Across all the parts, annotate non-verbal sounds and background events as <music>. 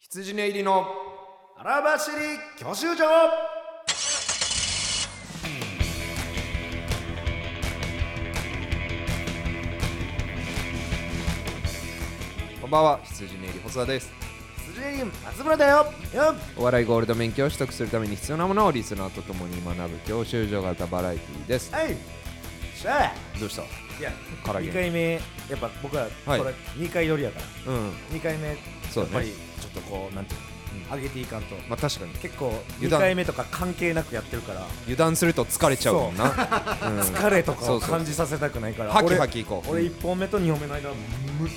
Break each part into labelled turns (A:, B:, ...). A: 羊寝入りの荒走り教習所こんばんは羊寝入り細田です
B: 辻入り松村だよよっ
A: お笑いゴールド免許を取得するために必要なものをリスナーと共に学ぶ教習所型バラエティです
B: はいしゃあ
A: どうした
B: いや
A: 唐揚げ
B: 2回目やっぱ僕はこ
A: はい
B: れ2回寄りやから、
A: うん
B: 2回目
A: そう
B: やっ
A: だ
B: ぱ
A: ね
B: りちょっとこうなんていうの、上げていかんと、
A: まあ確かに
B: 結構2
A: 油断
B: 回目とか関係なくやってるから
A: 油断すると疲れちゃうもんなう
B: <laughs>
A: ん
B: 疲れとか
A: そう
B: を
A: そう
B: 感じさせたくないから
A: ハキ
B: 俺
A: ハキいこう
B: 俺
A: うん
B: 1本目と2本目の間むっ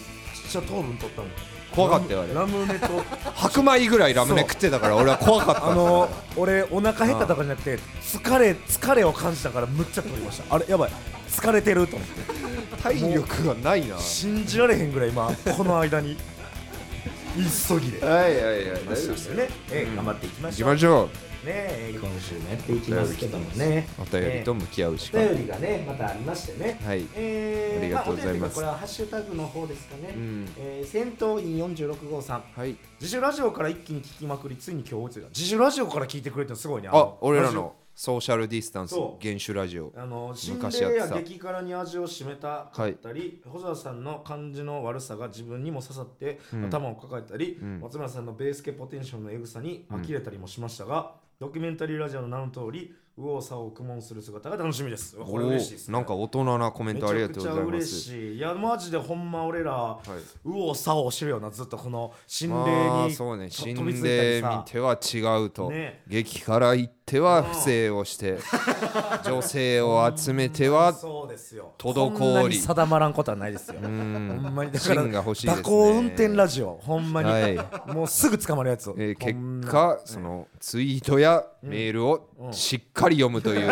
B: ちゃ糖分取ったもん
A: 怖かったよあれ
B: ラムラムネと
A: 白米ぐらいラムネ食ってたから俺は怖かった
B: あの俺お腹減ったとかじゃなくて疲れ疲れを感じたからむっちゃ取りましたあれやばい疲れてると思って
A: 体力がないな
B: 信じられへんぐらい今この間に急ぎで
A: はいはいはい
B: そうですよね、えー頑張っていきま
A: 行
B: し
A: き
B: ょう
A: ましょう
B: ねえ今週もやっていきますけどもね
A: お便りと
B: ね
A: 向き合うし
B: お
A: か
B: 便りがねまたありましてね
A: はい
B: えー
A: ありがとうございます
B: あお便りがこれはハッシュタグの方ですかね、
A: うん
B: えー戦闘員46号さん
A: はい
B: 自主ラジオから一気に聞きまくりついに今日追いついた自主ラジオから聞いてくれてるのすごいね
A: あ
B: の
A: 俺ら
B: ラジオ
A: のソーシャルディスタンス
B: そう
A: 厳守ラジオ
B: あの心
A: 昔やっ
B: 霊
A: て
B: や
A: た
B: 激辛に味を占めたかったり、細田さんの感じの悪さが自分にも刺さって、
A: うん
B: 頭を抱えたり、
A: うん
B: 松村さんのベース系ポテンシャルのエグさに呆れたりもしましたが、ドキュメンタリーラジオの名の通り右往左往苦悶する姿が楽しみですうわこれ嬉しいです、
A: おーなんか大人なコメン
B: めち
A: トあり
B: ゃ
A: が
B: く
A: とう
B: ち
A: ご
B: ゃ
A: ざいま
B: 嬉
A: す
B: しいいやマジでほんま俺ら、
A: はい
B: 右往左往してるよなずっとこの心
A: ま
B: 霊
A: あ
B: に
A: そうね
B: と
A: 死
B: 飛びつ
A: ん
B: いたり
A: で
B: さ
A: みては違うと
B: ね
A: 激辛行っては不正を
B: <laughs>
A: して女性を集めては
B: そうですよ
A: 滞り
B: こんなに定まらんことはないですよ
A: うん
B: ほんまにだから
A: 芯が欲しいですね
B: 蛇行運転ラジオほんまに、
A: は
B: もうすぐ捕まるやつを、
A: えー
B: ほん
A: 結
B: ま
A: 果そのツイートやメールをしっかり読むという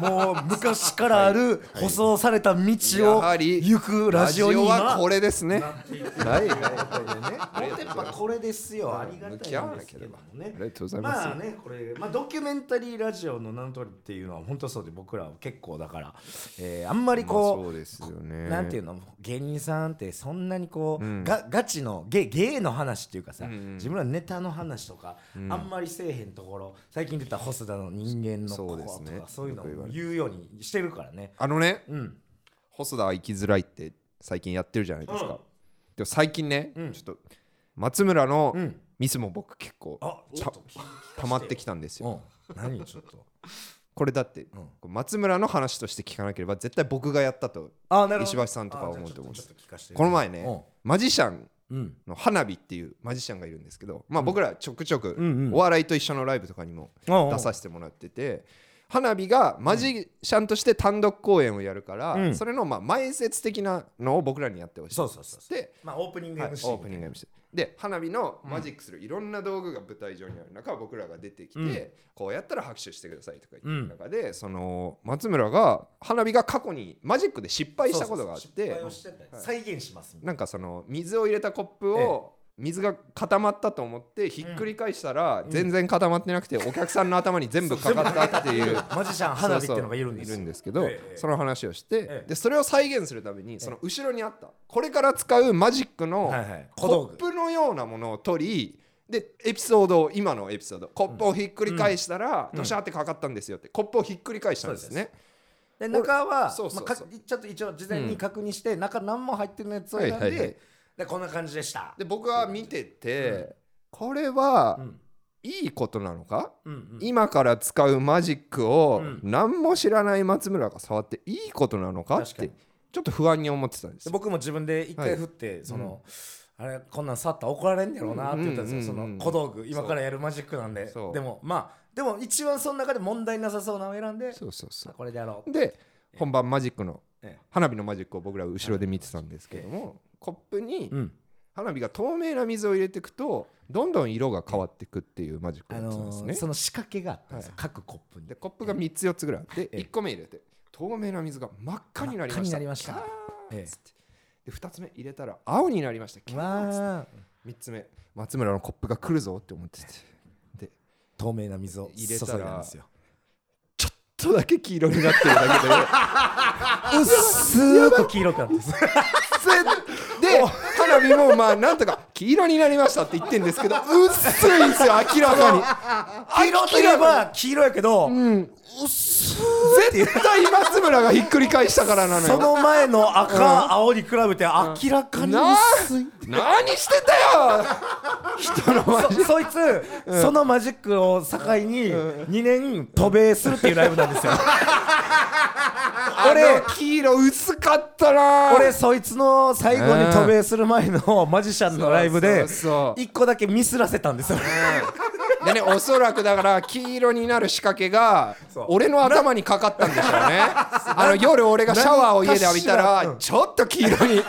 B: もう昔からある舗装された道
A: や
B: を
A: はり
B: 行く <laughs> ラジオに
A: は
B: 今
A: これですねはい
B: はいやっぱこれですよありがた
A: 向
B: い
A: き合わ
B: ん
A: な
B: です
A: け
B: け
A: れ
B: ど
A: ば
B: も
A: あ
B: ね
A: りがとうございます
B: まあねこれまあドキュメンタリーラジオの名の通りっていうのは本当そうで僕らは結構だから、えーあんまりこう、
A: まあそうですよね
B: なんていうの芸人さんってそんなにこう、
A: うん
B: がガチの芸芸の話っていうかさ、
A: うんうん
B: 自分らのネタの話とか、
A: うん
B: あんまりせえへんところ最近出た細田の人間の
A: そう
B: こ
A: で
B: と
A: す
B: か
A: ね
B: そういうの
A: よく言わ
B: を
A: れる
B: 言うようにしてるからね
A: あのね
B: うん
A: 細田は生きづらいって最近やってるじゃないですか、
B: うん
A: でも最近ね、
B: うん
A: ちょっと松村の
B: うん
A: ミスも僕結構
B: あ
A: ち
B: ち
A: ゃ
B: ょっと聞
A: 溜まってきたんですよ、
B: うん何ちょっと
A: これだって、
B: うん
A: 松村の話として聞かなければ絶対僕がやったと
B: あな
A: 石橋さんとかは思うと思うん
B: あ
A: で
B: じ
A: す
B: ゃあちょっとちょっと聞かせて
A: この前ね、マジシャン
B: うんうん
A: の花火っていうマジシャンがいるんですけど、まあ、僕らちょくちょく
B: うんうん
A: お笑いと一緒のライブとかにも
B: うん
A: 出させてもらってて花火がマジシャンとして単独公演をやるから、
B: うん
A: それのまあ前説的なのを僕らにやってほしい
B: そうそうそうそう
A: で、
B: まあオープニング
A: はいオ
B: MC
A: ープニング MC で花火のマジックするいろんな道具が舞台上にある中僕らが出てきて、
B: うん
A: こうやったら拍手してくださいとか言ってる中で、その松村が花火が過去にマジックで失敗したことがあっ
B: そうそ
A: て
B: う失敗をしてて再現しますみたい
A: なんかその水を入れたコップを水が固まったと思ってひっくり返したら全然固まってなくてお客さんの頭に全部かかったっていう。
B: なマジシャン花火っていうのがいるんです
A: そうそうい
B: よ
A: るんですけど、
B: ええ
A: その話をして、
B: ええ
A: でそれを再現するためにその後ろにあったこれから使うマジックの
B: はいはい小道
A: コッ
B: 具
A: プのようなものを取りでエピソードを今のエピソードコップをひっくり返したら、
B: うん
A: ドシャーってかかったんですよってコップをひっくり返したんですね。
B: で中は
A: そうそうそう
B: まあかちょっと一応事前に確認して、中何も入ってないやつを選んで,、
A: はいはいはい
B: でこんな感じでした
A: で僕は見てて、
B: うん
A: これは
B: うん
A: いいことなのか、
B: うんうん
A: 今から使うマジックを
B: うん
A: 何も知らない松村が触っていいことなのかっ
B: 確か
A: て
B: に
A: ちょっと不安に思ってたんです
B: で
A: よ。
B: 僕も自分で一回振って、その、あれこんなん触ったら怒られんやろうなって言ったんですよ、
A: うんうんうんうん
B: その小道具今からやるマジックなんで
A: そう
B: でもまあでも一番その中で問題なさそうなのを選んで
A: そうそうそ
B: あこれでやろう
A: うで本番マジックの
B: ええ
A: 花火のマジックを僕ら後ろで見てたんですけどもコップに花火が透明な水を入れていくとどんどん色が変わっていくっていうマジック
B: あ
A: だったん
B: の
A: です
B: ー
A: ね。
B: その仕掛けがあったんですよ、
A: は
B: 各コップに
A: でコップが3つ4つぐらいあって
B: ええ
A: 1個目入れて透明な水が真っ赤になりま
B: 真っ赤
A: し
B: に
A: た。
B: なりました
A: キャー
B: ええ
A: っつってで2つ目入れたら青になりました。キャーっつって
B: わあ
A: 3つ目松村のコップが来るぞって思って
B: <laughs>
A: てで
B: 透明な水を注いだんですよ
A: ちょっとだけ黄色になってるだけで
B: うっすーく黄色くなってます
A: で花ラビもまあなんとか黄色になりましたって言ってんですけど薄いんですよ明らかに
B: 黄色といえば黄色やけど、薄い
A: 絶対松村がひっくり返したからなの
B: そ
A: よ
B: の前の赤、
A: ん
B: 青に比べて明らかに
A: な
B: 薄い、
A: 何してた
B: <laughs>
A: よ
B: そそいつ、そのマジックを境に2年渡米するっていうライブなん <laughs> ですよ
A: 俺黄色薄かったな
B: 俺そいつの最後に渡米する前のマジシャンのライブで
A: そうそうそう
B: 1個だけミスらせたんですよ
A: でねおそらくだから黄色になる仕掛けが
C: そう
A: 俺の頭にかかったんでしょうねあの夜俺がシャワーを家で浴びた
B: 何かし
A: ら
B: らうん
A: ちょっと黄色に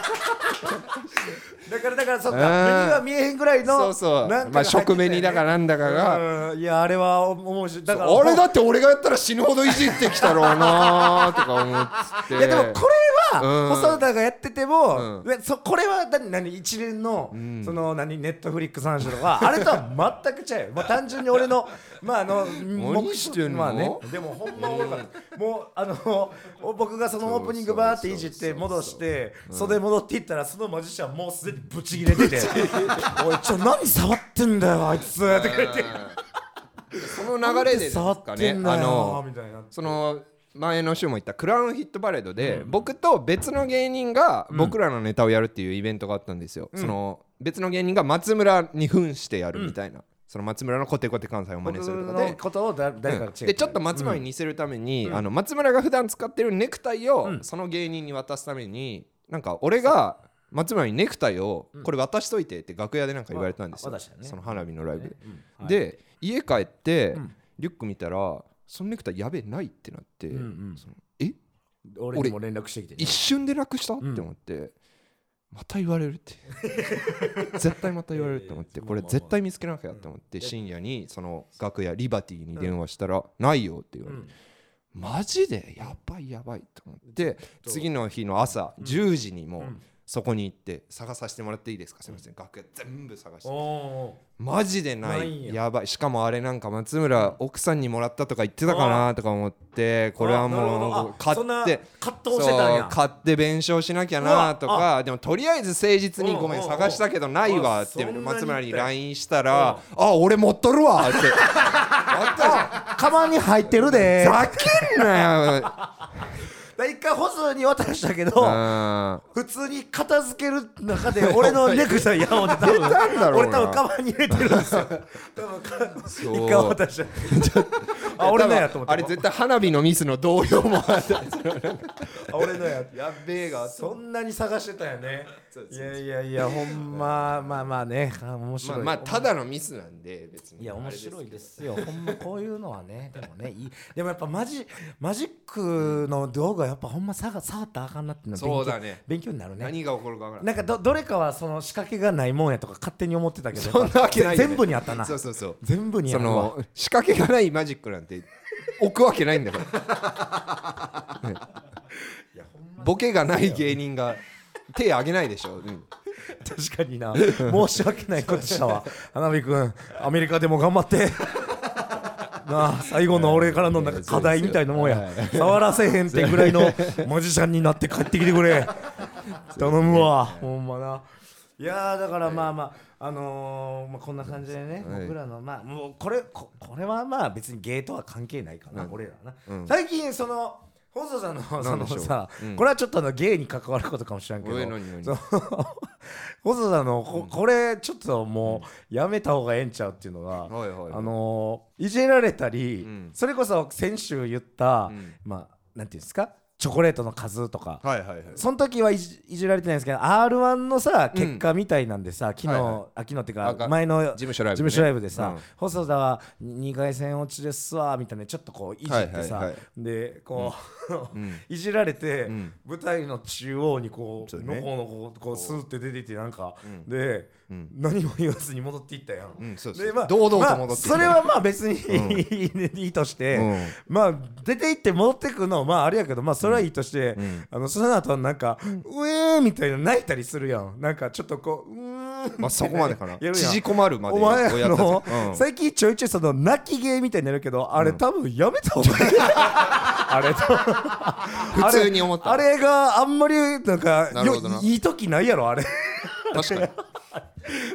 B: だからだからそっか
A: えー
B: 目には見えへんぐらいの
A: そうそう
B: なん
A: ま
B: か
A: あ
B: が入って
A: 食
B: たよね
A: 紅だかなんだかが
B: うんいやあれは面白いだから
A: あれだって俺がやったら死ぬほどいじってきたろうなとか思って
B: いやでもこれ
A: うん
B: は細田がやってて
A: う
B: も、ねそこれは何何一連の、その何ネットフリックスの話とかあれとは <laughs> 全く違う、まあ、単純に俺の <laughs> まああの目
A: してんの
B: まあねでもほんまおもろかったもうあのお僕がそのオープニングバーっていじって戻して袖戻っていったらそのマジシャンもうすでにブチギレてて「おいちょ何触ってんだよあいつ」とか言って
A: その流れでです
B: 触
A: か
B: って
A: ね
B: んだ
A: あ
B: よ
A: の
B: みたいな。
A: その前の週も言ったクラウンヒットパレードで、僕と別の芸人が僕らのネタをやるっていうイベントがあったんですよ、その別の芸人が松村に扮してやるみたいな、その松村のコテコテ関西を真似するとか
B: 僕
A: で
B: の。ことをだ誰かが違う
A: でちょっと松村に似せるために、あの松村が普段使ってるネクタイをその芸人に渡すために、なんか俺が松村にネクタイをこれ渡しといてって楽屋でなんか言われたんですよ、
B: あ渡したよね
A: その花火のライブで、
B: はい
A: で家帰って、リュック見たらそのネクタイやべえないってなって、
B: うんうん
A: そのえ
B: 俺にも連絡してきてね
A: 一瞬でなくしたって思って、また言われるって <laughs> 絶対また言われるって思ってこれ絶対見つけなきゃって思って深夜にその楽屋リバティに電話したら「ないよ」って言われて。マジでやばいやばいと思って次の日の朝10時にもうそこに行って探させてもらっていいですかすみません楽屋全部探して
C: おー
A: マジでな
C: ない
A: い
C: んや
A: やばいしかもあれなんか松村奥さんにもらったとか言ってたかなとか思ってこれはもう
C: あな
A: 買
C: るほどあそ
A: っ
C: ん
A: て
C: な葛藤してたん
A: そ
C: や
A: う買って弁償しなきゃなと
C: う
A: かでもとりあえず誠実に
C: うん
A: ごめん
C: うん
A: 探したけどないわっ
C: あそ
A: て
C: んなに
A: 松村に LINE したら「あ俺持っとるわ」ってやったじゃん
B: カバンに入って
A: 「
B: るで
A: ざけんなよ」
B: 一回ホスに渡したけ
A: うん
B: ど普通に片付ける中
A: <laughs>
B: で俺のネクタイやおうって多分
A: たんだろうな
B: 俺多分カバンに入れてるんですよ多分か
A: そう
B: 一回渡したあ俺のやと思って
A: あれ絶対花火のミスの同僚もあった
B: あ俺のや
A: やべえが
B: そんなに探してたよねいやいやいやほんままあまあねあ面
A: ま
B: 白
A: あ
B: い
A: まあただのミスなんで別に
B: いや
A: あれ
B: 面
A: ですけど
B: 白いですよほんまこういうのはね <laughs> でもねいいでもやっぱマジマジックの道具はやっぱほんまさが触ったらあかんなっていうのは勉強
A: そうだね
B: 勉強になるね
A: 何が起こるか分からない
B: なんかどどれかはその仕掛けがないもんやとか勝手に思ってたけど
A: そんなわけないよね
B: 全部にあったな
A: そうそうそう
B: 全部にあ
A: そ
B: るわ
A: の仕掛けがないマジックなんて置くわけないんだ <laughs> から、ねボケがない芸人が手あげないでしょ、うん
B: 確かにな申し訳ないことしたわ花火君アメリカでも頑張ってなあ最後の俺からのなんか課題みたいなもんや触らせへんってぐらいのマジシャンになって帰ってきて
A: <laughs>
B: くれ頼むわほんまないやーだからまあまああのーまあこんな感じでね
A: はい
B: 僕らのまあもうこれここれはまあ別にゲーとは関係ないかな俺らは
A: う
B: なん最近その細田さんのその
A: でしょう
B: さ
A: うん
B: これはちょっとあのゲーに関わることかもしれんけど
A: おい何何
B: その細田のここれちょっともうやめた方がええんちゃうっていうのが、
A: はいはいはい
B: あのーいじられたり、
A: うん
B: それこそ先週言った、
A: ん
B: まあなんていうんですかチョコレートの数とか、
A: はいはいはい
B: その時はいじいじられてないんですけど r 1のさ結果みたいなんでさ、昨日、
A: はいはい
B: あ昨日っていう
A: あ
B: か
A: が
B: 前の
A: 事務所ライブ
B: 事
A: ね
B: 務所ライブでさ、
A: うん
B: 細田は2回戦落ちですわみたいなちょっとこういじってさ、
A: はいはいはい
B: でこう、
A: ん
B: いじられて、
A: ん
B: 舞台の中央にこう
A: そうね
B: のこのここうスーって出ていってなんか、
A: ん
B: で、
A: うん
B: 何も言わずに戻っていったやん、
A: うんそうそう
B: でまあ
A: 堂々と戻ってきた
B: まあそれはまあ別にいい,、いいとして、まあ出て行って戻ってくるのまああれやけどまあそれはいいとして、
A: ん
B: あのその後はなんか、うえーみたいな泣いたりするやんなんかちょっとこううーん
A: まあそこまでかな
B: やるやん
A: 縮こまるまで
B: お前
A: を
B: あ
A: やった
B: の
A: んですよ、うん
B: 最近ちょいちょいその泣き芸みたいになるけどあれ多分やめた
A: <laughs>
B: 方がいいあれ
A: 普通に思った
B: あれがあんまりなんか
A: なるほどな
B: よいい時ないやろあれ <laughs>
A: 確かに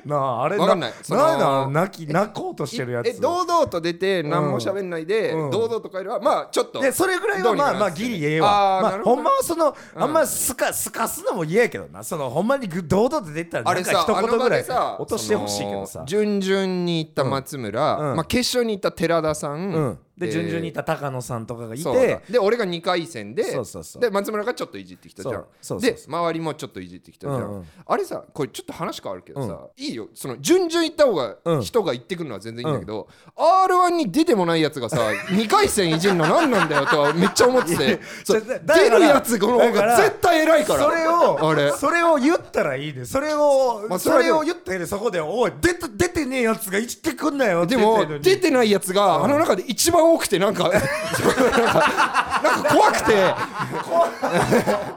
B: なああれ
A: わかんないその
B: なんだ泣き泣こうとしてるやつ
A: え堂々と出て何も喋んないで、
B: うん
A: 堂々と帰るはまあちょっと
B: でそれぐらい
A: ど
B: は
A: うに
B: ま
A: か
B: あま
A: な
B: あ
A: んです
B: ギ
A: よね
B: リええわ
A: あー
B: ま
A: な
B: あ
A: る
B: ほ
A: ほど
B: んまはそのあんますかすかすのも嫌やけどなそのほんまにぐ堂々と出てたら
A: あ
B: な
A: れ
B: ん
A: さ
B: か一言ぐらい
A: あの場でさ
B: 落としてほしいけどさ
A: その順々に行った松村、
B: うんうん
A: まあ、決勝に行った寺田さん、
B: うんで順々にい
A: 行
B: た高野さんとかがいて
A: でで俺が2回戦で
B: そうそうそう
A: で松村がちょっといじってきたじゃん
B: そうそうそう
A: で周りもちょっといじってきたじゃん、
B: うんうん
A: あれさこれちょっと話変わるけどさ、いいよその順々行った方
B: うん
A: が人が行ってくるのは全然いいんだけど、r 1に出てもないや
B: <laughs>
A: つがさ2回戦いじるの何なんだよとはめっちゃ思っててそう
B: だから
A: 出るやつこの方
B: だから
A: が絶対偉いから
B: それを
A: あれ
B: それを言ったらいいでそれを、
A: まあそ
B: そ
A: れは
B: れ
A: でも
B: を言ったらいいでそこで「おい出た出てねえやつがいじってくんなよ」
A: で
B: って言ったらいいの
A: も
B: に
A: 出てないやつがあの中で一番多くてなん
B: <laughs>
A: かなんかなんか怖くて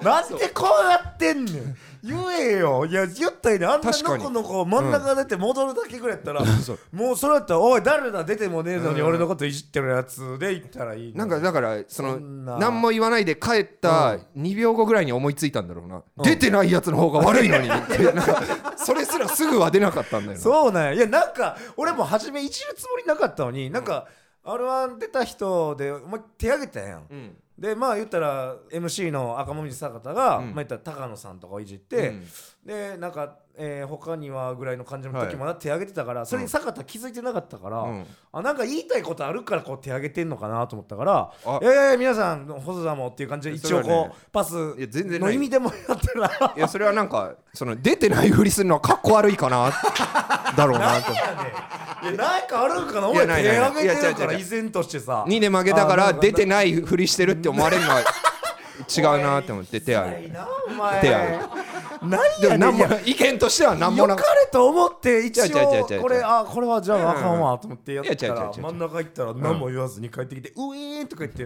B: なんでこうやってんねん言えよいや言ったよねあんな
A: 確か
B: の
A: に
B: このこ真ん中出て戻るだけぐらいやったら、もうそれやったら「おい誰だ出てもねえのに俺のこといじってるやつで言ったらいいのに
A: なんかだからそ
B: そ
A: の
B: んな
A: 何も言わないで帰っ
B: う
A: た
B: ん
A: 2秒後ぐらいに思いついたんだろうな出てないやつの方が悪い
B: <laughs>
A: のにってなんかそれすらすぐは出なかったんだよな
B: そうなんやいやなんか俺も初めいじるつもりなかったのになんか、r 1出た人でお前手挙げたやん
A: うん
B: でまあ言ったら MC の赤もみじ坂田が、
A: うん
B: まあ言ったら高野さんとかをいじって、
A: うん
B: でなんか、えー他にはぐらいの感じの
A: は
B: 時
A: い
B: まだ手挙げてたから、それに坂田気づいてなかったから、
A: うん
B: あなんか言いたいことあるからこう手挙げてんのかなと思ったから「
A: あ
B: いやいやいや皆さん細田も」っていう感じで一応こう、
A: それはね
B: パス
A: いや全然ない
B: の意味でもやったら
A: いやそれはなんかその出てないふりするのはかっこ悪いかなだろうなと
B: いやなんかあるんかない
A: や
B: 俺
A: ない
B: 手
A: ないない
B: 挙げてるか
A: いや違う
B: ら
A: 違う違
B: 依然としてさ
A: 2で負けたか
B: あな
A: ら
B: ん
A: 出てないふりしてるって思われるのは違うなと思って手あ
B: な
A: げ
B: い
A: る
B: なお前
A: 手挙げ
B: 何
A: でも
B: やね
A: 何
B: んい
A: も
B: や
A: 意見としては何もな
B: 良
A: か
B: か
A: った
B: れと思って一
A: 違う違う違
B: 応
A: う違う
B: これあこれはじゃああかんわと思ってやった
A: いや違う違
B: ら
A: う違う
B: 真ん中行ったら何も言わずに帰ってきて「うえーん」とか言って「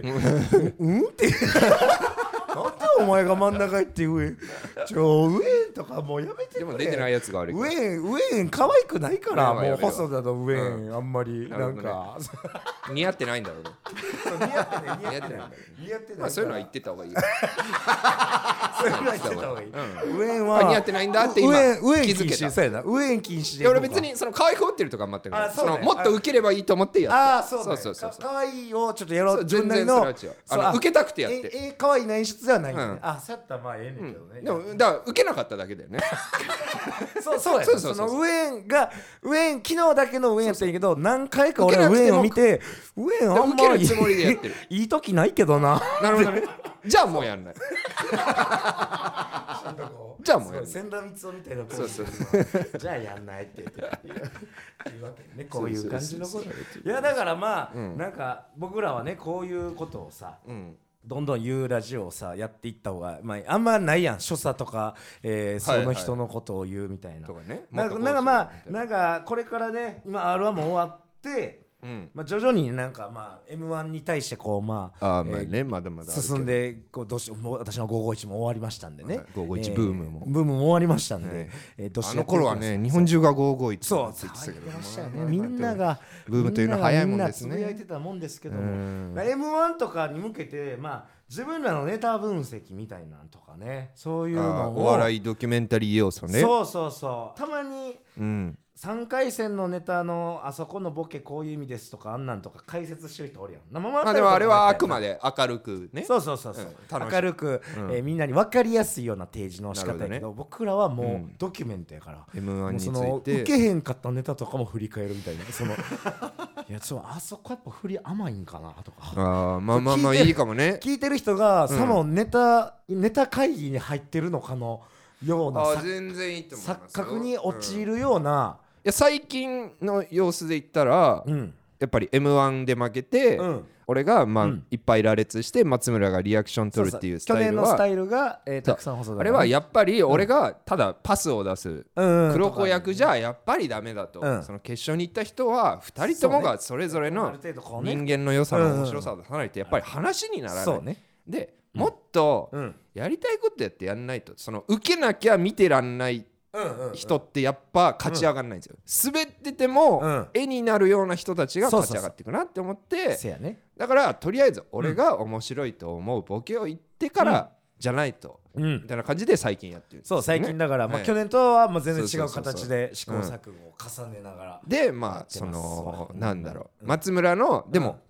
B: うん?」って <laughs> なんでお前が真ん中行って「うえん」ちょ「うえん」とかもうやめて
A: で
B: く
A: も
B: れ
A: 出てないやつが悪い
B: ウェーンウェーン可愛くないから
A: やばいや
B: もう
A: ばい
B: 細田のウェーンあんまり
A: な
B: な
A: るほ
B: ん
A: どね
B: か
A: 似合ってないんだろうね
B: 似合ってない似
A: 合
B: 合
A: っ
B: ってて
A: ない
B: ない似合ってない
A: まあそういうのは言ってた方がいいよ
B: <laughs> そういうのは言ってた方がいいウェーン
A: あ
B: は
A: 似合ってないんだって今
B: ウェーンウェーン
A: 気
B: 禁
A: づけ
B: 止
A: た
B: そうやなウェーン禁止
A: い
B: で
A: や
B: 行こ
A: 俺
B: うか
A: 別にその可愛く思ってるとかあんまってない
B: あそうね
A: のもっと受ければいいと思ってやった
B: ああそう,、ね、
A: そうそうそうそう
B: かわいいをちょっとやろ
A: そうう
B: 自分なり
A: 全
B: の
A: 然それは違うあの受けたくてやって
B: ええかわいいな演出ではないんだね、
A: うん
B: あそうやったらまあええねんけどね、
A: でもだから受けなかっただけだよね <laughs>
B: そうそうや
A: そう
B: そ
A: そうそう
B: のウェーンがウェーン昨日だけのウェーンやったんやけど何回か俺はウ
A: 受けなく
B: ェ
A: て
B: ーン
A: も
B: を見てウェーンあんま
A: 受けるつもりでやってる
B: <laughs> いい時ないけどな
A: なるほどねじゃあもうやんない <laughs> じゃあもうやんない
B: 千田光夫みたいな
A: そうそう
B: <laughs> じゃあやんないって言っていうわけねこういう感じのこと
A: そうそうそう
B: いやだからまあ、
A: うん
B: なんか僕らはねこういうことをさ
A: うん
B: どんどん言うラジオをさやっていった方が、まあ、あんまないやん所作とか、えー
A: はい
B: その
A: はい
B: 人のことを言うみたいな。
A: とかね
B: なんか
A: もっとこう
B: なんかま
A: し
B: あ
A: ようみたい
B: なんかこれからね今 r 1も終わって、
A: なうん
B: まあ、徐々になんかまあ m 1に対してこうまあ
A: あーまあ
B: えー
A: ねまだまだあるけど
B: 進んでこうどうしもう私の551も終わりましたんでね、
A: はい551ブームも
B: ブームも終わりましたんで、
A: はい
B: えーどうし
A: あ
B: てや
A: の
B: っていく
A: 頃
B: か
A: はね日本中が551って
B: そう
A: 言ってたけど
B: 騒いでましたよね
A: まあ
B: みんなが
A: ブームというのは早いもんですね
B: みながみんなつぶやいてたもんですけど
A: う
B: も
A: ん
B: m 1とかに向けてまあ自分らのネタ分析みたいなんとかねそういう
A: あー
B: のを
A: お笑
B: い
A: いドキュメンタリー要素ね
B: そうそうそうたまに
A: うん
B: 3回戦のネタのあそこのボケこういう意味ですとかあんなんとか解説してる人おるやん生ま
A: まあでもあれはあくま
B: で
A: で明るくね
B: そうそうそうそう、
A: うん楽しい
B: 明るく、
A: うん
B: えーみんなに分かりやすいような提示の仕方や
A: な
B: け
A: るほ
B: ど僕らは
A: う
B: もうんドキュメントやから、
A: M1
B: もう
A: につ
B: その
A: いて
B: 受けへんかったネタとかも振り返るみた
A: <laughs>
B: いなそのいやそうあそこやっぱ振り甘いんかなとか
A: ああまあまあまあ
B: 聞いて
A: いいかもね
B: 聞いてる人が、
A: うん
B: そのネタネタ会議に入ってるのかのような
A: あ
B: さ
A: ー全然いいと思い
B: 錯
A: ますよ
B: 覚に陥
A: うんい
B: るような
A: や最近の様子で言ったら、
B: うん
A: やっぱり m 1で負けて、
B: うん
A: 俺が、まあ
B: うん
A: いっぱい羅列して松村がリアクション取るっていうス
B: そう
A: タ
B: そう去
A: イ
B: 年
A: ル
B: のスタ
A: は
B: イルが、えーたくさん細田が
A: あれ
B: ね
A: はやっぱり俺がただパスを出す
B: うんうん
A: 黒子役じゃやっぱりダメだと、
B: うん
A: その決勝に行った人は2人ともがそれぞれ
B: あ
A: の
B: る程度こうね
A: 人間の良さの面白さを出さないとやっぱり話にならない、
B: そうね
A: でもっと
B: うん
A: やりたいことやってやんないとその受けなきゃ見てらんない人ってやっぱ勝ち上がんないんですよ、滑ってて
B: うん
A: も絵になるような人たちが
B: そう
A: 勝
B: そうそ
A: ち上
B: う
A: がっていくなって思って
B: せやね
A: だからとりあえず俺が面白いと思うボケを言ってからじゃないと
B: うん
A: みたいな感じで最近やってるんです
B: そ
A: よ
B: う
A: ね
B: 最近だから、ま
A: は
B: あ、
A: い
B: 去年とはまあ全然
A: そ
B: 違
A: う
B: う
A: そうそうそう
B: 形で
C: 試行錯誤を重ねながら、
A: でまあそのなんだろう松村のでも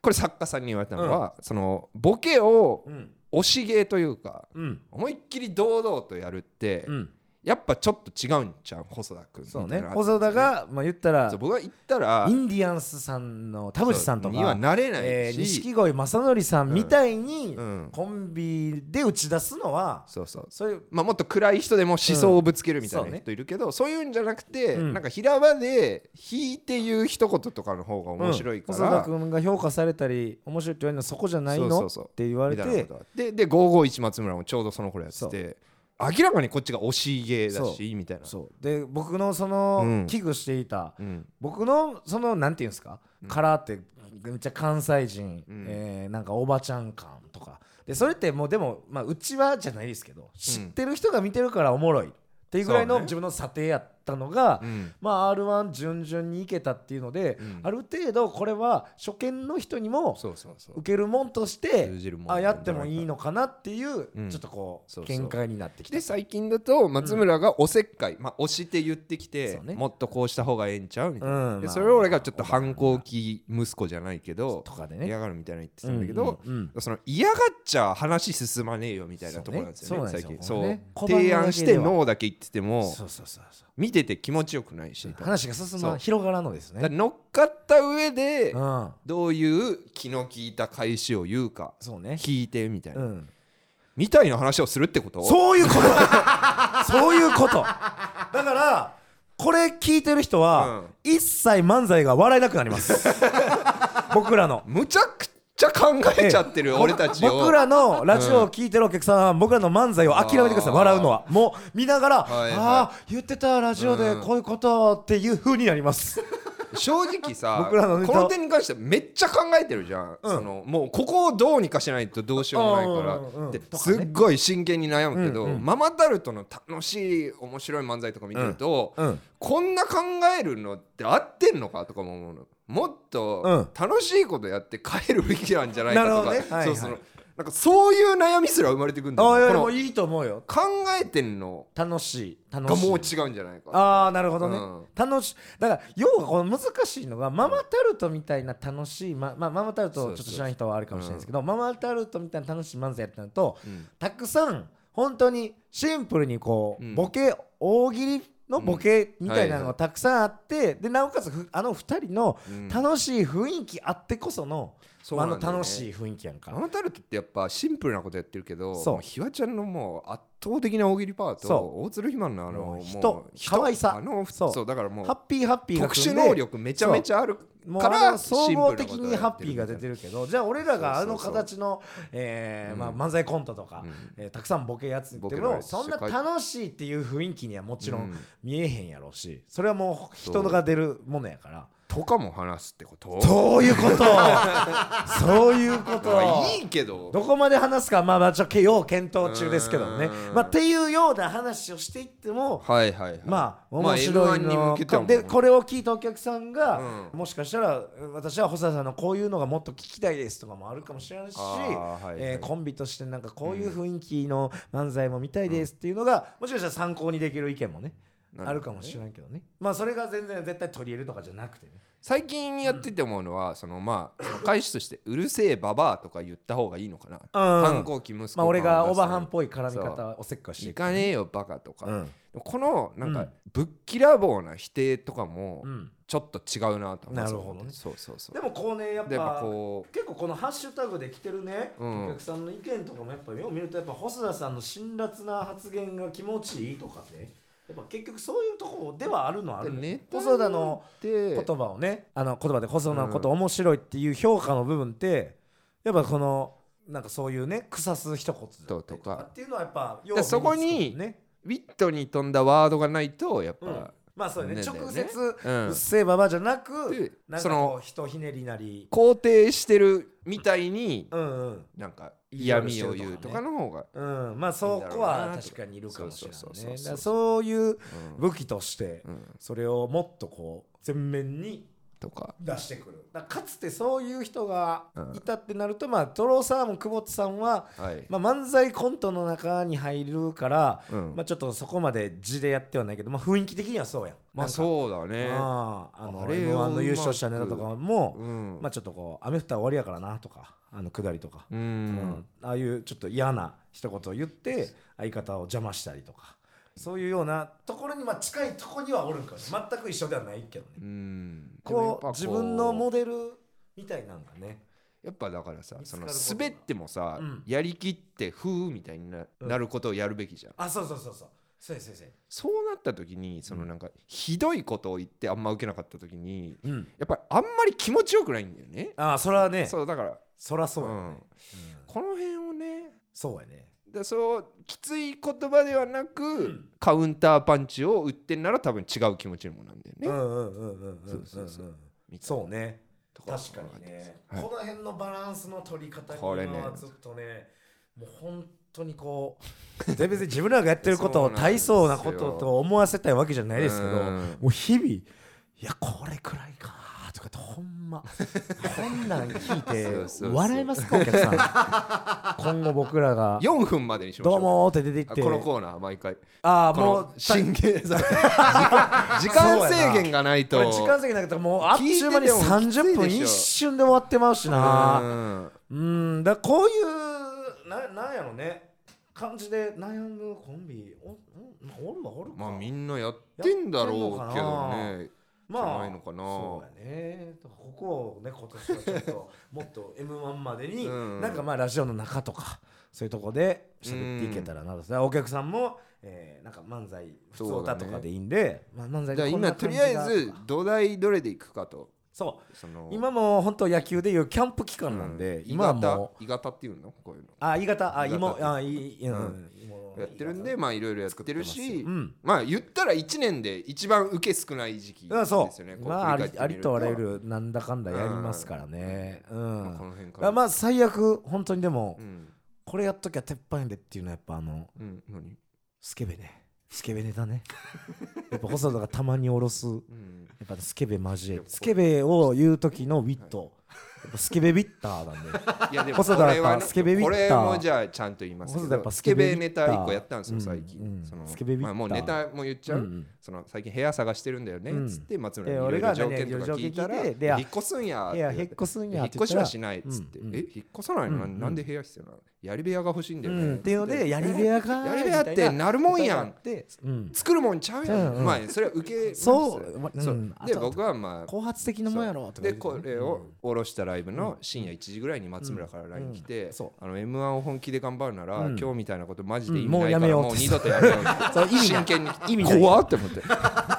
A: これ作家さんに言われたのはそのボケを
C: うん
A: 惜しげというか
B: うん
A: 思いっきり堂々とやるって
B: うん
A: やっぱちょっと違うんじゃん細田君みた
B: そ
A: いうな
B: ね細田が、まあ、言ったら
A: そう僕が言ったら
B: インディアンスさんの田淵さんと
A: には
B: か
A: なれな
B: え
A: い
B: ー錦
A: し
B: 鯉正則さんみたいに、
A: うん
B: コンビで打ち出すのは
A: そうそう
B: そういう
A: まあもっと暗い人でも思想をぶつけるみたい
B: うんそう
A: な
B: ね
A: 人いるけどそういうんじゃなくて
B: うん
A: なんか平場で引いて言う一言とかの方が面白いか
B: うん細田
A: ら
B: 君が評価されたり面白いって言われるのはそこじゃないの
A: そうそうそう
B: って言われて
A: みたいなことでで551松村もちょうどその頃やってて明らかにこっちが惜しい芸だ
B: そ
A: しみたいな
B: そうで僕のそうの
A: ん
B: 危惧していた、
A: うん
B: 僕のそのなんていうんですか、カラーってめっちゃ関西人、
A: うん
B: えーなんかおばちゃん感とかでそれってもうでも、まあ、うちはじゃないですけど知ってる人が見てるからおもろいっていうぐらい
A: そ
B: の
A: うね
B: 自分の査定やったのが、
A: うん
B: まあ、r 1順々にいけたっていうので、
A: うん
B: ある程度これは初見の人にも
A: そうそうそう
B: 受けるもんとして
A: 通じるもん
B: あやってもいいのかなっていう、
A: うん
B: ちょっとこう
A: そうそう
B: 見解になってきて
A: で最近だと松村がおせっかい、まあ、押して言ってきて、
B: そうね
A: もっとこうした方がええんちゃうみたいな、
B: うん
A: で
B: まあ
A: それを俺がちょっと反抗期息子じゃないけど
B: とかでね
A: 嫌がるみたいな言ってたんだけど、
B: うんうんうん
A: その嫌がっちゃ話進まねえよみたいなところなんですよね
B: そうね
A: 最近
B: そ
A: そうう
B: なんですよこれね
A: 提案し
B: 小
A: て
B: 判の上では
A: ノーだけ言ってても
B: そうそうそうそう
A: 見てて気持ちよくないし、だか
B: 話が進
A: そ
B: ま
A: う
B: 広がらんのですね
A: ら乗っかった上で、
B: うん
A: どういう気の利いた返しを言うか
B: そうね
A: 聞いてみたいな、
B: うん
A: みたいな話をするってこと
B: そういうこと
A: <laughs>
B: そういうことだからこれ聞いてる人は、一切漫才が笑えなくなります
A: <laughs>
B: 僕らの
A: むちゃくちゃ考えちゃってる俺たちを
B: 僕らのラジオを聞いてるお客さんは、僕らの漫才を諦めてください
A: あー
B: 笑うのはもう見ながら、
A: はいはい
B: ああ言ってたラジオで
A: うん
B: こういうことっていう風になります、
A: 正直さ
B: <laughs> 僕らのネタ
A: この点に関してはめっちゃ考えてるじゃん、そのもうここをどうにかしないとどうしようもないから、
B: うんうんうん
A: で
B: とか
A: す
B: ね
A: っごい真剣に悩むけど、
B: うんうん
A: ママタルトの楽しい面白い漫才とか見てると、
B: うん
A: こんな考えるのって合ってんのかとかも思うのもっと楽しいことやって帰るべきなんじゃないかとか、
B: なるほどねはいはい
A: そうそのなんかそういう悩みすら生まれてくるんだ
B: ああいや
A: よ
B: で
A: こ
B: も
A: の
B: いいと思うよ
A: 考えてんの
B: 楽しい楽
A: が
B: しい
A: もう違うんじゃないか
B: ああなるほどね、
A: うん
B: 楽しだから要はこの難しいのがママタルトみたいな楽しい、ままあ、ママタルトをちょっと知らない人はあるかもしれないですけどママタルトみたいな楽しい漫才やってると、
A: ん
B: たくさん本当にシンプルにこう、
A: うん
B: ボケ大喜利のボケみたいな
A: はい
B: の
A: はい
B: がたくさんあって、でなおかつふあの2人の
A: うん
B: 楽しい雰囲気あってこその、
A: そう
B: あ
A: なんだ
B: の
A: よね
B: 楽しい雰囲気やんか
A: マ。マタルトってやっぱシンプルなことやってるけど
B: そう
A: もひわちゃんのもう圧倒的な大喜利パー
B: そ
A: と大鶴ひまんのあの
B: もう
A: もう
B: 人
A: 人
B: 可愛さ
A: あの
B: そう
A: そうだからも
B: ハッ
A: う
B: ピーハッピーが
A: 特
B: 組
A: 殊
B: んで
A: 能力めちゃめちゃある
B: もう
A: か
B: あれは
A: ら
B: 総合的
A: シンプル
B: に
A: な
B: ハ
A: こ
B: ッ
A: と
B: ピー
A: や
B: が
A: って
B: 出
A: る
B: てるけどじゃあ俺らがあの形のえーまあ漫才コントとか
A: うん
B: えーたくさんボケやつって
A: ボケの
B: も
A: やつ
B: そんな楽しいっていう雰囲気にはもちろ
A: うんん
B: 見えへんやろうしそれはもう人が出るものやから
A: とかも話すってこと
B: そうい
A: <laughs>
B: うことそういうこ
A: ま
B: と
A: あいいけど
B: どこまで話すかまあまあちょっと要検討中ですけどね
A: うん
B: まあっていうような話をしていっても
A: はいはいはい
B: まあ面白い
A: M1 に向
B: の
A: けてはもう
B: でこれを聞いたお客さんが、
A: うん
B: もしかしたら私は細田さんのこういうのがもっと聞きたいですとかもあるかもしれないし、
A: あーはいはい
B: えーコンビとしてなんかこういう雰囲気の漫才も見たいですっていうのが、もしかしたら参考にできる意見もね
A: なるほどね
B: あるかもしれないけどねまあそれが全然絶対取り入れるとかじゃなくてね
A: 最近やってて思うのはそのまあその返しとして「うるせえババア」とか言った方がいいのかな反抗期息子
B: まあ俺がオーバーハンっ
A: ぽ
B: ぽい絡み方はおせっかいして
A: い
B: い
A: かねえよバカとか、
B: うん
A: このなん
B: う
A: か
B: ん
A: ぶっきらぼうな否定とかも
B: うん
A: ちょっと違うなと思う
B: なるほどね
A: そうそうそう
B: でもこうねやっ
A: でやっぱ
B: ぱ
A: こ
B: 結構このハッシュタグで来てるね、
A: うん
B: お客さんの意見とかもやっぱよう見るとやっぱ細田さんの辛辣な発言が気持ちいいとかねやっぱ結局そういうとこではあるのはあ
A: う
B: るね
A: ネタ
B: 細田の
A: で
B: 言葉をねあの言葉で細田のこと面白いっていう評価の部分って、やっぱこのなんかそういうね腐す一言だったりと
A: とか
B: かっていうのはやっぱよう
A: でそこに
B: 目つくもんね、
A: ウィットに飛んだワードがないとやっ
B: うん
A: ぱ、
B: まあそうね
A: ねだよね
B: 直接、う
A: うん
B: っせえばばじゃなく
A: で
B: なんか
A: そ
B: こ
A: の
B: うひとひねりなり
A: 肯定してるみたいに
B: うんうん
A: なんか嫌味を言うとかの方が、
B: うん、まあそこは確かにいるかもしれないね。だからそういう
A: うん
B: 武器として
A: うん
B: それをもっとこう前面に
A: とか
C: 出してくる
B: だからかつてそういう人が
A: うん
B: いたってなると、まあトローサーモン久保田さんは、
A: はい、
B: まあ、漫才コントの中に入るから、
A: うん
B: まあ、ちょっとそこまで字でやってはないけど、まあ、雰囲気的にはそうやん
A: まあ
B: う
A: そうだね
B: あああの
A: あれ
B: m
A: を
B: 1の優勝したネタとかも、
A: うん
B: まあ、ちょっとこう「アメフトは終わりやからな」とかあのくだりとか、
A: う
B: うん
A: ん
B: ああいうちょっと嫌な一言を言って相方を邪魔したりとかそういうようなところにまあ近いところにはおるんかもしれない全く一緒ではないけどね
A: うんでもやっ
B: こ
A: ぱ
B: う自分のモ
A: も
B: デルみたいなんかね
A: やっぱだからさ
B: 見つ
A: そ
B: かる
A: の
B: ことが
A: 滑ってもさ、
B: うん
A: やりきってふうみたいにな,、
B: うん
A: なることをやるべきじゃん
B: あそうそうそうそうそうやそうやそうや
A: そうなった時にそのなんかひどいことを言ってあんま受けなかった時に
B: うん
A: やっぱりあんまり気持ちよくないんだよね
B: あそらね
A: そうだから
B: そらそうや、
A: うん
B: うん
A: この辺をね
B: そうやね
A: でそうきつい言葉ではなく、
C: ん
A: カウンターパンチを打ってんなら多分違う気持ちにもなんだよね、
B: うんうんうんうんうん
A: そうそうそうん
B: ん
A: みたいな
B: そうね
A: ところ
B: 確かにね、
A: はい
B: この辺のバランスの取り方に
A: これね
B: はずっとねもう本当にこ
A: <laughs>
B: う全然自分らがやってることを大層なことと思わせたいわけじゃないですけど
A: うん
B: もう日々いやこれくらいかとかってほんまこんなん聞
A: <laughs> そうそ
B: い
A: う
B: て
A: そう
B: 笑いますかお客さ
A: <laughs>
B: ん今後僕らが
A: 4分までにしましょ
B: ど
A: う
B: うもーって出ていっ
A: あ
B: て
A: このコーナー毎回
B: ああ
A: こ
B: もう
A: の神
B: <laughs>
A: 経時間時間制限がない
B: これ
A: と
B: 時間制限なかったらもうあっという間に
A: 聞いててもきついでしょ
B: 30分一瞬で終わってまうしな
A: うん
B: うんだこういうななんやろね感じで悩むコンビおおまあおるはおるか、
A: まあみんなやってんだろうけど
B: や
A: ね
B: ま
A: じゃないのかな
B: そうやねだからここをね今年はちょっともっと m 1までに、
A: うん
B: なんかまあラジオの中とかそういうとこで喋っていけたらなと、だからお客さんも、えー、なんか漫才普通
A: そうだ
B: 歌
A: ね
B: とかでいいんで、まあ、漫才
A: じゃあ
B: でこん
A: 今
B: な
A: と
B: 感じ
A: り
B: が
A: あえず土台どれでいくかと
B: そ
A: その
B: う今もう本当野球でいうキャンプ期間なんで、今はもう
A: う鋳型っていうのこういうの
B: あ、い型、あ、
A: 鋳型って
B: 芋、あ、いい、う、
A: うん
B: 芋
A: やってるんで、まあいろいろやってるし
B: うん。
A: まあ言ったら1年で一番受け少ない時期
B: う
A: で
B: ん、
A: すよ
B: そ
A: ね
B: う。
A: こう
B: まあ、あ
A: 振
B: り
A: 返って
B: あ
A: み
B: り
A: る
B: とあらゆる、なんだかんだやりますからね。う
A: まあこ
B: ん。
A: の辺か
B: まあ、
A: ら
B: まあ最悪、本当にでも
A: う、ん
B: これやっときゃ鉄板やでっていうのは、やっぱあの、
A: うん何
B: スケベね。スケベネ
A: <laughs>
B: タね。やっぱ細田がたまにおろす、や <laughs>
A: うん
B: っぱスケベ交え
A: いや。
B: スケベを言う時のウィット。やっぱスケベビッターなんで。
A: いやでも
B: 細
A: こ
B: 田
A: れは
B: やっぱスケベビッ
A: ね
B: ター
A: これもじゃあちゃんと言いますけ
B: 細田やっ
A: ど
B: ぱ
A: ス
B: ス
A: ケ
B: ケベ
A: ベ
B: ビ
A: ネ
B: ッ
A: タ
B: ター
A: 1個やったんですよ最
B: うんう
A: 近
B: ん
A: その
B: スケベビッター
A: まあもうネタも言っちゃ
B: う
A: うんその最近部屋探してるんだよね
B: うん
A: つって松村に
B: で
A: いろい
B: 俺
A: ろ
B: が
A: 条件とか
B: 何々
A: 聞いたら
B: 条件聞いてで
A: 引っ越すんやっ
B: 部
A: て
B: 屋
A: 言
B: 引っ
A: って
B: 越すん
A: 引
B: や
A: っ
B: って
A: 越
B: 言った
A: し
B: ら
A: はしないっつって
B: うんうん
A: え引っ越さないのな
B: うんうん
A: なんで部屋必要なのやり部屋が欲しいんだよ
B: う
A: ね
B: んっていうのでやり部屋か
A: やり部屋っ
B: みた
A: て
B: いな
A: なるもんやん
B: で、うん、
A: 作るもんちゃうや、
B: うんんうん
A: まあそれは受けます
B: そうまうん
A: そうで
B: あと
A: 僕はまあ
B: 後発的なもんやろとか言
A: で
B: うてね
A: これを下ろしたライブの深夜1時ぐらいに松村から LINE 来て
B: うんそう
A: 「あの m 1を本気で頑張るなら
B: うん
A: 今日みたいなことマジで意味
B: うんも
A: な
B: う
A: いか
B: や
A: ら
B: めよう
A: もう二度とやめよう」
B: <laughs> そう意味
A: 真
B: ない
A: 剣に
B: 意味ない
A: 怖って思って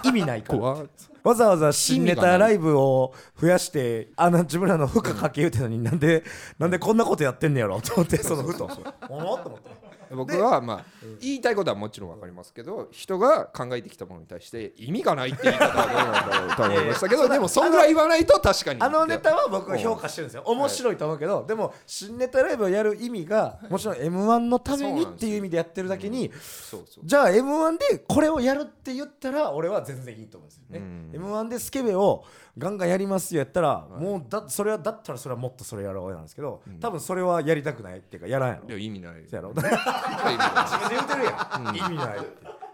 B: 意味ないから
A: 怖っ
B: <laughs> わざわざ新
A: 意
B: ネ
A: 味がな
B: タ
A: い
B: ライブを増やしてあの自分らの負荷かけ言うてんのになんでなんでこんなことやってんねやろと思って <laughs> そのふと思っと思 <laughs> って
A: 僕はまあ言いたいことはもちろん分かりますけど人が考えてきたものに対して意味がないって言い方はどうなんだろうと思いましたけどでもそんぐらい言わないと確かに
B: あのネタは僕は評価してるんですよ面白いと思うけどでも新ネタライブをやる意味がもちろん m 1のためにっていう意味でやってるだけに
A: そうそう
B: じゃあ m 1でこれをやるって言ったら俺は全然いいと思うんですよね、
A: うん
B: m 1でスケベをガンガンやりますよやったら、もうだそれはだったらそれはもっとそれやろうなんですけど、多分それはやりたくないっていうかやらんやろ <laughs>
A: いや意味ない
B: そやろ
A: 意
B: 自分
A: 味ない
B: で言うてるやん、意味ないって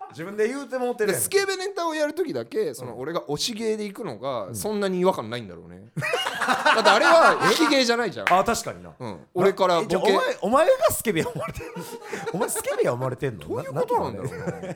B: 自分で言うてもうてる
A: で
B: やん
A: スケベネタをやるときだけその俺が推し芸で行くのがそんなに違和感ないんだろう <laughs> ね、だってあれは引き芸じゃないじゃん、
B: あ確かにな、
A: うん、俺から
B: えじゃあ
A: ボケ
B: お前お前がスケベや思われてる <laughs> お前スケベや思われてんの
A: どういうことなんだろう
B: な
A: な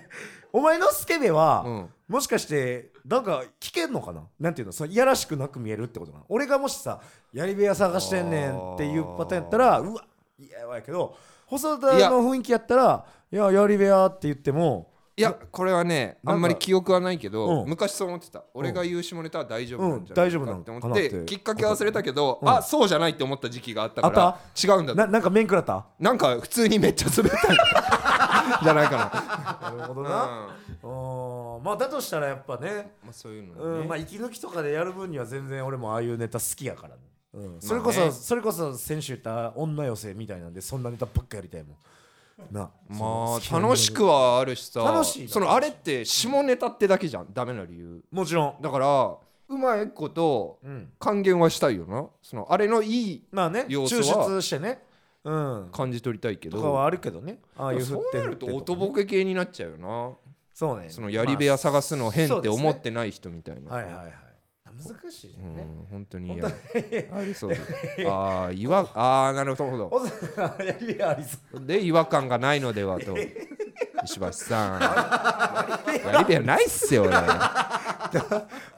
B: お前のスケベは、
A: うん
B: もしかしてなんか聞けんのかななんていうのそのいやらしくなく見えるってことなの俺がもしさやり部屋探してんねんっていうパターンやったらうわいややけど細田
A: いや
B: の雰囲気やったらいややり部屋って言っても
A: いやこれはね
B: なんか
A: あんまり記憶はないけど、
B: うん
A: 昔そう思ってた俺が言う下ネタは大丈夫なんじゃない
B: うん大丈夫な
A: か
B: の
A: って
B: かな
A: 思って,、
B: って
A: きっかけは忘れたけど、
B: うん
A: あそうじゃないって思った時期があったか
B: あ
A: ら
B: っ
A: 違うんだ
B: ななんか面食らった
A: なんか普通にめっちゃ滑
B: <laughs>
A: ったんじゃないか
B: なるほど
A: な、うん
B: な、うん、まあだとしたらやっぱね
A: まあ、そういうのね、
B: うんまあ息抜きとかでやる分には全然俺もああいうネタ好きやからね、うん、それこそ、
A: まあね
B: それこそ先週言った女寄せみたいなんでそんなネタばっかやりたいもんな
A: ま
B: そ
A: あ
B: の
A: 楽しくはあるしさ
B: 楽しいな
A: そのあれって下ネタってだけじゃんダメな理由
B: もちろん
A: だからうまいこと
B: うん、
A: 還元はしたいよなそのあれのいい
B: まあね
A: 要
B: 抽
A: 素は
B: 出してねうん
A: 感じ取りたいけ
B: と
A: ど
B: かはあるけどねああいう
A: で
B: 振
A: も
B: っ
A: そう
B: て
A: な
B: る
A: る
B: って
A: と
B: と
A: 音ボケ系になっちゃうよな
B: そうね
A: そのやり部屋探すの変って思ってない人みたいな、
B: まあはいはいはい難しいよね
A: うん本当に嫌あり
B: <laughs>
A: そうだああ違和あーなるほど
B: おさやり部屋ありそう
A: で違和感がないのではと石橋
B: <laughs>
A: さんやり部屋ないっすよ俺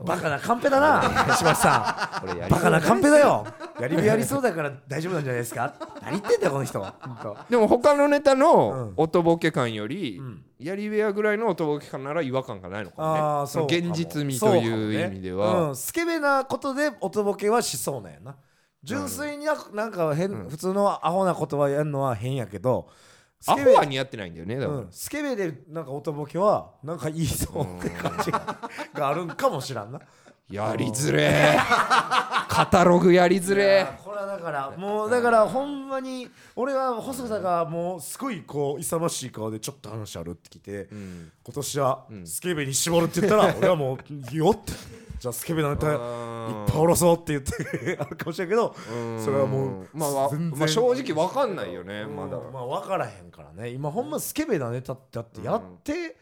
D: バカなカンペだな石橋さ
A: 俺や
D: ん
A: り
D: バ
A: 部
D: カ
A: 屋
D: なカンペだよやり部屋ありそうだから大丈夫なんじゃないですか何言ってんだよこの人本当
A: でも他のネタ
B: うん
A: の音ボケ感より、
B: ん
A: やり部屋ぐらいの音ボケ感なら違和感がないのかもね
B: あーそうかも
A: 現実味
B: そ
A: と
B: うかも
A: いう
B: ね
A: 意味では、
B: うん、スケベなことで音ボケはしそうなんやな純粋にななんか変、
A: うん
B: 普通のアホなことはやるのは変やけど
A: ア
B: スケ
A: ホ
B: ベ
A: は似合ってないんだよねだか
B: う
A: ら、
B: ん、スケベでなんか音ボケはなんかいいそうって感じががあるんかもしらんな
A: やりづれえカタログやりづれえ
B: これはだからもうだからほんまに俺は細田がもうすごいこう勇ましい顔でちょっと話あるってきて、
A: ん
B: 今年は
A: ん
B: スケベに絞るって言ったら俺はもうよってじゃあスケベなんていっ
A: あー
B: ぱいおろそうって言って <laughs> あるかもしれんけどそれはもう
A: まあわ
B: 全然
A: まあ正直わかんないよねまだ
B: うんまあ分からへんからね今ほんまスケベなネタってだってやって、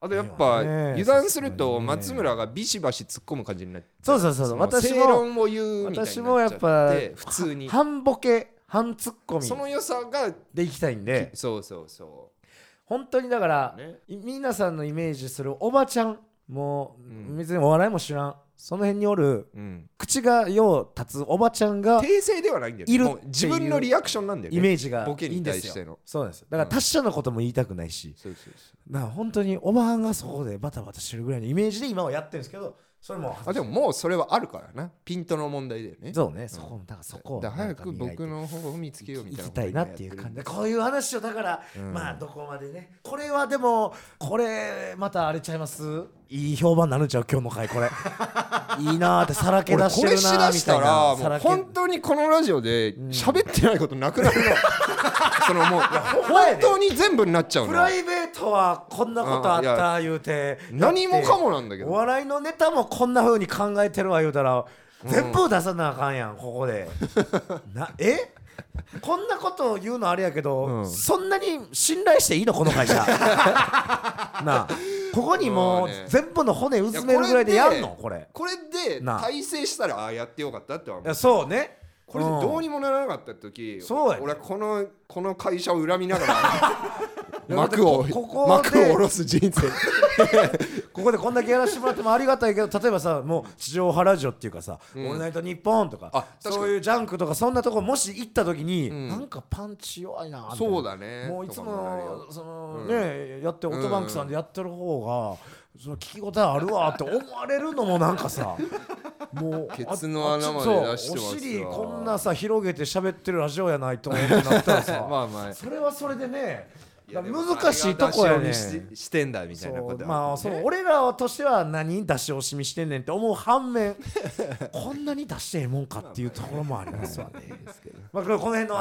A: あとやっぱ
B: ねえ
A: 油断すると
B: さす
A: 松
B: がにね
A: 村がビシバシ突っ込む感じになって
B: そうそうそうそ
A: そ
B: う
A: の
B: 私
A: 正
B: も
A: 論を言うみたいになっち
B: 私
A: ゃ
B: もやっぱ
A: て普通に
B: 半ボケ半ツッコミ
A: その良さが
B: でいきたいんで
A: そうそうそ
B: 本当にだから、
A: ね
B: い皆さんのイメージするおばちゃんもう、
A: ん
B: 別にお笑いも知らんその辺におる
A: ううん
B: 口がよう立つおばちゃんが
A: 訂正ではないんだよ
B: いる
A: もう自分のリアクションなんだよね
B: イメージが
A: ボケ
B: いいん
A: に
B: で
A: 対
B: す
A: して
B: よ
A: の
B: そうなんですよだから他者のことも言いたくないし、
A: そうそうそ
B: だから本当におばはんがそこでバタバタしてるぐらいのイメージで今はやってるんですけどそれも
A: うあでももうそれはあるからなピントの問題だよね
B: そうねそこだからそこを
A: だから早
B: なんか
A: く
B: 磨いて
A: 僕の方を見つけようみ
B: 行
A: たいなことを今
B: きたいな
A: や
B: っていう
A: る
B: 感じでこういう話をだから、まあどこまでねこれはでもこれまた荒れちゃいますいい評判になるんちゃう今日の
A: <laughs>
B: 回これいいなーってさらけ出
A: 俺
B: し
A: こ
B: て
A: れ
B: る
A: し
B: な
A: だ
B: ーみ
A: したた
B: い
A: ら
B: な
A: も
B: さ
A: う
B: らけ
A: 本当にこのラジオで喋ってないことなくな
B: <laughs>
A: るのそのもう
B: ほんまや
A: 本
B: で
A: 当に全部になっちゃう
B: プ
A: の
B: ライベートはこんなことあっ
A: うんいや
B: た言うて
A: 何もかも
B: だっ
A: なんだ
B: て
A: け
B: お
A: ど
B: 笑いのネタもこんな風に考えてるわ言うたら全部出さなあかんやんこ
A: <laughs>
B: こでなえこんなことを言うのあれやけど、
A: うん
B: そんなに信頼していいのこの
A: <laughs>
B: 会社なあここにも
A: ま
B: う
A: あね
B: 全部の骨うずめるぐらいでやんのこれいや
A: これで
B: なあ
A: 体制したらああやってよかったって思う
B: そうね
A: これでどうに
B: に
A: もならなかった時
B: そうやね
A: 俺はこのこの会社を恨みな
B: <laughs>
A: がら幕を
B: いやだってここ
A: <laughs> 幕
B: で
A: を下ろす人
B: <laughs>
A: 生
B: ここでこんだけやらせてもらってもありがたいけど例えばさもう地上波ラジオっていうかさ「オールナイトニッポン」とか
A: あ確かに
B: そういうジャンクとかそんなとこもし行った時に、
A: ん
B: なんかパンチ弱いなって
A: そうだね
B: もういつも
A: とかなるよ
B: のその、ねやってオートバンクさんでやってる方が、その聞き応えあるわって思われるのもなんか
A: <laughs>
B: さもう
A: ケツの穴まで
B: あ
A: 出してますわ
B: そうお尻こんなさ広げて喋ってるラジオやないと思ってなったらさ
A: <laughs> まあまあ
B: それはそれでね
A: いやでも
B: 難しいとこや
A: あれ
B: ね
A: が出し惜しみししてんだみたいなこと
B: そう
A: る
B: まあそう俺らとしては何出し惜しみしてんねんって思う反
A: <laughs>
B: 面こんなに出してええもんかっていうところもありますわね。まあこれこの辺の、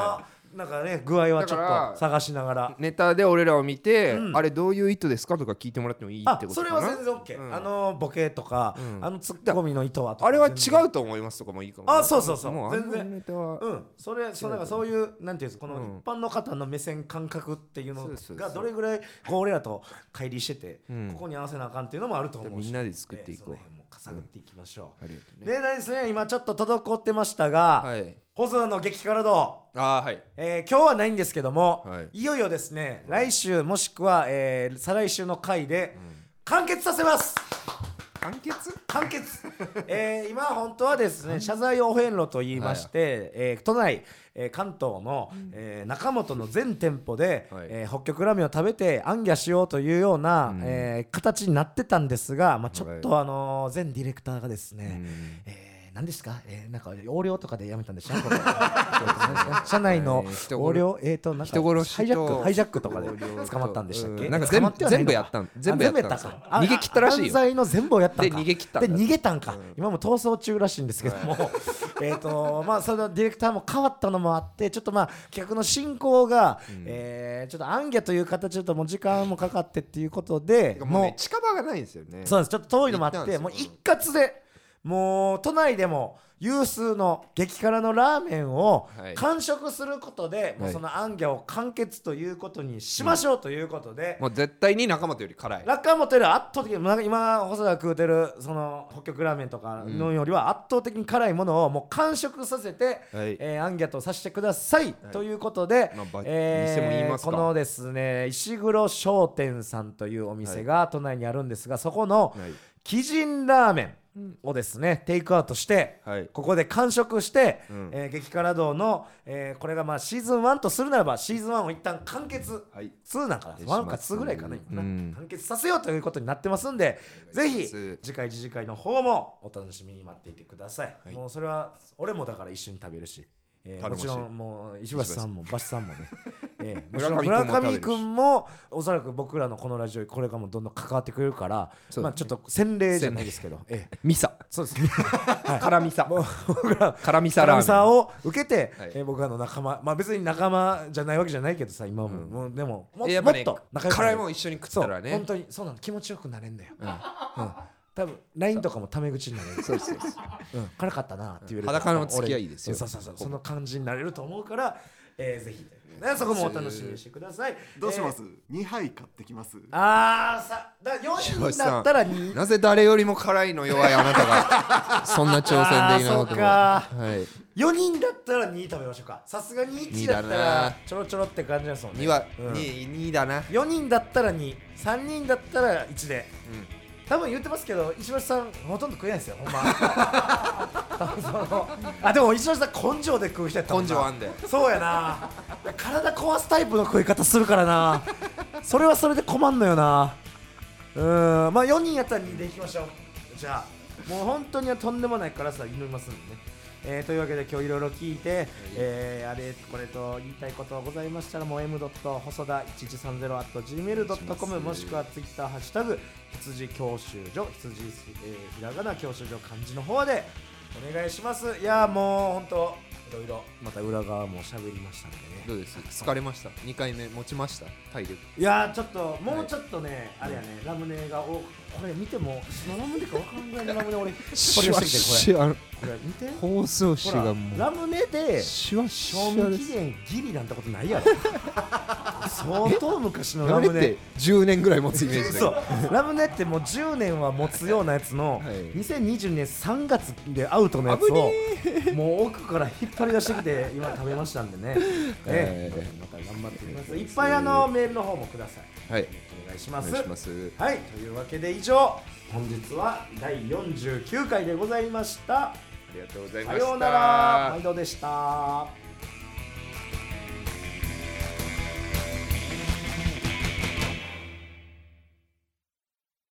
B: なんかね具合はちょ
A: だか
B: っと
A: ら
B: 探しながら。
A: ネタで俺らを見て、あれどういう意図ですかとか聞いてもらってもいいっ
B: あ
A: てことかな
B: それは全然 OK、あのボケとか、あのツッコミの意図はとか
A: あれは
B: 全然
A: 違うと思いますとかもいいかも
B: あそうそうそう
A: もあの
B: 全然
A: ネタは
B: うん、それそうなんかそういうなんていうんですかこの一般の方の目線感覚っていうの
A: そうそうそう
B: がどれぐらいこう俺らと乖離してて、
A: ん
B: ここに合わせなあかんっていうのもあると思うし
A: みんなで作っていこう
B: ねその辺もかさぐっていきましょう、
A: ありがとうね
B: 例題ですね今ちょっと滞ってましたが、
A: はい
B: 細田の激辛道、
A: あーはい
B: えー今日はないんですけども、、
A: はい
B: よいよですね来週もしくは、えー再来週の回で完結させます、
A: 完結
B: 完結、えー今本当はですね謝罪お遍路と言いまして、えー都内、えー関東の、えー中本の全店舗で、
A: はい
B: えー北極ラーメンを食べてあんぎゃしようというような、えー形になってたんですが、まあ、ちょっと、あのー前ディレクターがですね、えー何ですか、えーなんか横領とかでやめたん
A: <laughs>
B: でしょ <laughs> これ社内の
A: えー人殺
B: 横領、えー、となんか
A: 人殺しと
B: ハイジャックハイジャックとかで捕まったんでしたっけ
A: うんなんか
B: 捕
A: 全部
B: まってはな
A: 全
B: いの
A: 部やったん
B: あ
A: 全部やったんですよ
B: 全部かあ
A: 逃げ切ったらしいよ
B: あ犯罪の全部をやったんか
A: で逃げ切ったんだ
B: で逃げたんか、今も逃走中らしいんですけども、 <laughs> えっとまあそのディレクターも変わったのもあってちょっとまあ企画の進行が、えーちょっと暗夜という形だともう時間もかかってっていうことで
A: もうね近場がないんですよね
B: そうなんですちょっと遠いのもあって
A: 行ったんですよ
B: もう一括でもう都内でも有数の激辛のラーメンを
A: はい
B: 完食することで、もうそのアンギャを完結ということにしましょうということで、
A: もう絶対に仲間とより辛い
B: ラッカーモテルは圧倒的にまあ今細田が食うてるその北極ラーメンとかのよりは圧倒的に辛いものをもう完食させて、
A: はい
B: えーアンギャとさせてください、ということで、
A: まあば
B: えー
A: 店も言いますか
B: このですね石黒商店さんというお店が都内にあるんですがそこの
A: はい
B: 鬼人ラーメンをですねテイクアウトして、
A: はい
B: ここで完食して、
A: うん
B: えー激辛道の、えーこれがまあシーズン1とするならばシーズン1を一旦完結。
A: はい
B: 2なんか
A: お
B: な
A: 願いします
B: 1か2ぐらいかな、今な
A: うん
B: 完結させようということになってますんでぜひ
A: す
B: 次回次次回の方もお楽しみに待っていてください、
A: はい
B: もうそれは俺もだから一緒に食べるし、えー
A: 頼も
B: も
A: し
B: ち
A: い
B: ろんもう石橋さんもバシさんもね、 <laughs> えー、もち
A: 村
B: ろん
A: 上君も食
B: 村
A: べる
B: 上
A: し
B: 君もおそらく僕らのこのラジオにこれからもどんどん関わってくれるから、
A: そう
B: ま
A: だね
B: あちょっと洗礼じゃないですけど、ええ
A: ミサ
B: そうですね
A: 辛ミサ
B: もう僕ら
A: 辛ミサ
B: サラ
A: ラ
B: ミ
A: ー
B: サ
A: メン
B: を受けて、
A: はい
B: えー僕らの仲間まあ別に仲間じゃないわけじゃないけどさ今も,、もうでもも,、
A: やっ
B: も
A: ぱ
B: っ
A: ね
B: と仲良くな
A: 辛い
B: る
A: もん一緒に食っ
B: そ
A: た
B: う、
A: らね
B: 本当にそうなの気持ちよくなれんだよ、うん多分 LINE とかもタメ口になれる
A: そうそうそう
B: うん、辛かったなって言われる
A: 裸の付き合いですよ
B: 俺そうそうそうその感じになれると思うから、えー、ぜひ、ね、そこもお楽しみにしてください
E: どうします、?2 杯買ってきます。
B: えーあーさだ4人になったら2
A: なぜ誰よりも辛いの弱いあなたが <laughs> そんな挑戦できなかったの
B: あー
A: はい
B: 4人だったら2食べましょうかさすがに1だった
A: 二だ
B: ら
A: な
B: ちょろちょろって感じですもんね
A: 2は
B: うん
A: 2二だな
B: 4人だったら23人だったら1で、多分言ってますけど石橋さんほとんど食えないですよほんま <laughs> 多分そのあでも石橋さん根性で食う人やったもん
A: 根
B: な
A: 性あんで
B: そうやな体壊すタイプの食い方するからなそれはそれで困んのよなうーんまあ4人やったら2でいきましょうじゃあもう本当にはとんでもない辛さ祈りますんでねえーというわけで今日いろいろ聞いて、えーあれこれと言いたいことございましたらもう m. 細田 1130.gmail.com もしくは Twitter ハッシュタグ羊教習所羊、えーひらがな教習所漢字の方でお願いしますいやーもう本当いろいろまた裏側も喋りましたんでね
A: どうです疲れました2回目持ちました体力
B: いやーちょっともうちょっとね、あれやねラムネがおこれ見ても何のラムネか分からんぐらいの <laughs> ラムネ俺引っ張り出してきて
A: あの
B: これこれ見て
A: 放送紙が
B: ほらラ
A: もう
B: ムネで
A: シワシ
B: 賞
A: ワ
B: 味
A: で
B: 期
A: す
B: 限ギリなんてことないやろ相当昔のラ
A: ラム
B: ム
A: ネっ
B: ネ
A: て10年ぐらい持つイメージだけ
B: そ
A: ど
B: うラムネってもう10年は持つようなやつの、
A: はい
B: 2020年3月でアウトのやつをもう奥から引っ張り出してきて今食べましたんでね、ええまた頑張っていきますいっぱいあのメールの方もください
A: はい
B: お願いし
A: お
B: ます
A: 願いします
B: はいというわけで以上本日は第49回でございました
A: ありがとうございま
B: さ
A: した
B: ようなら毎度でした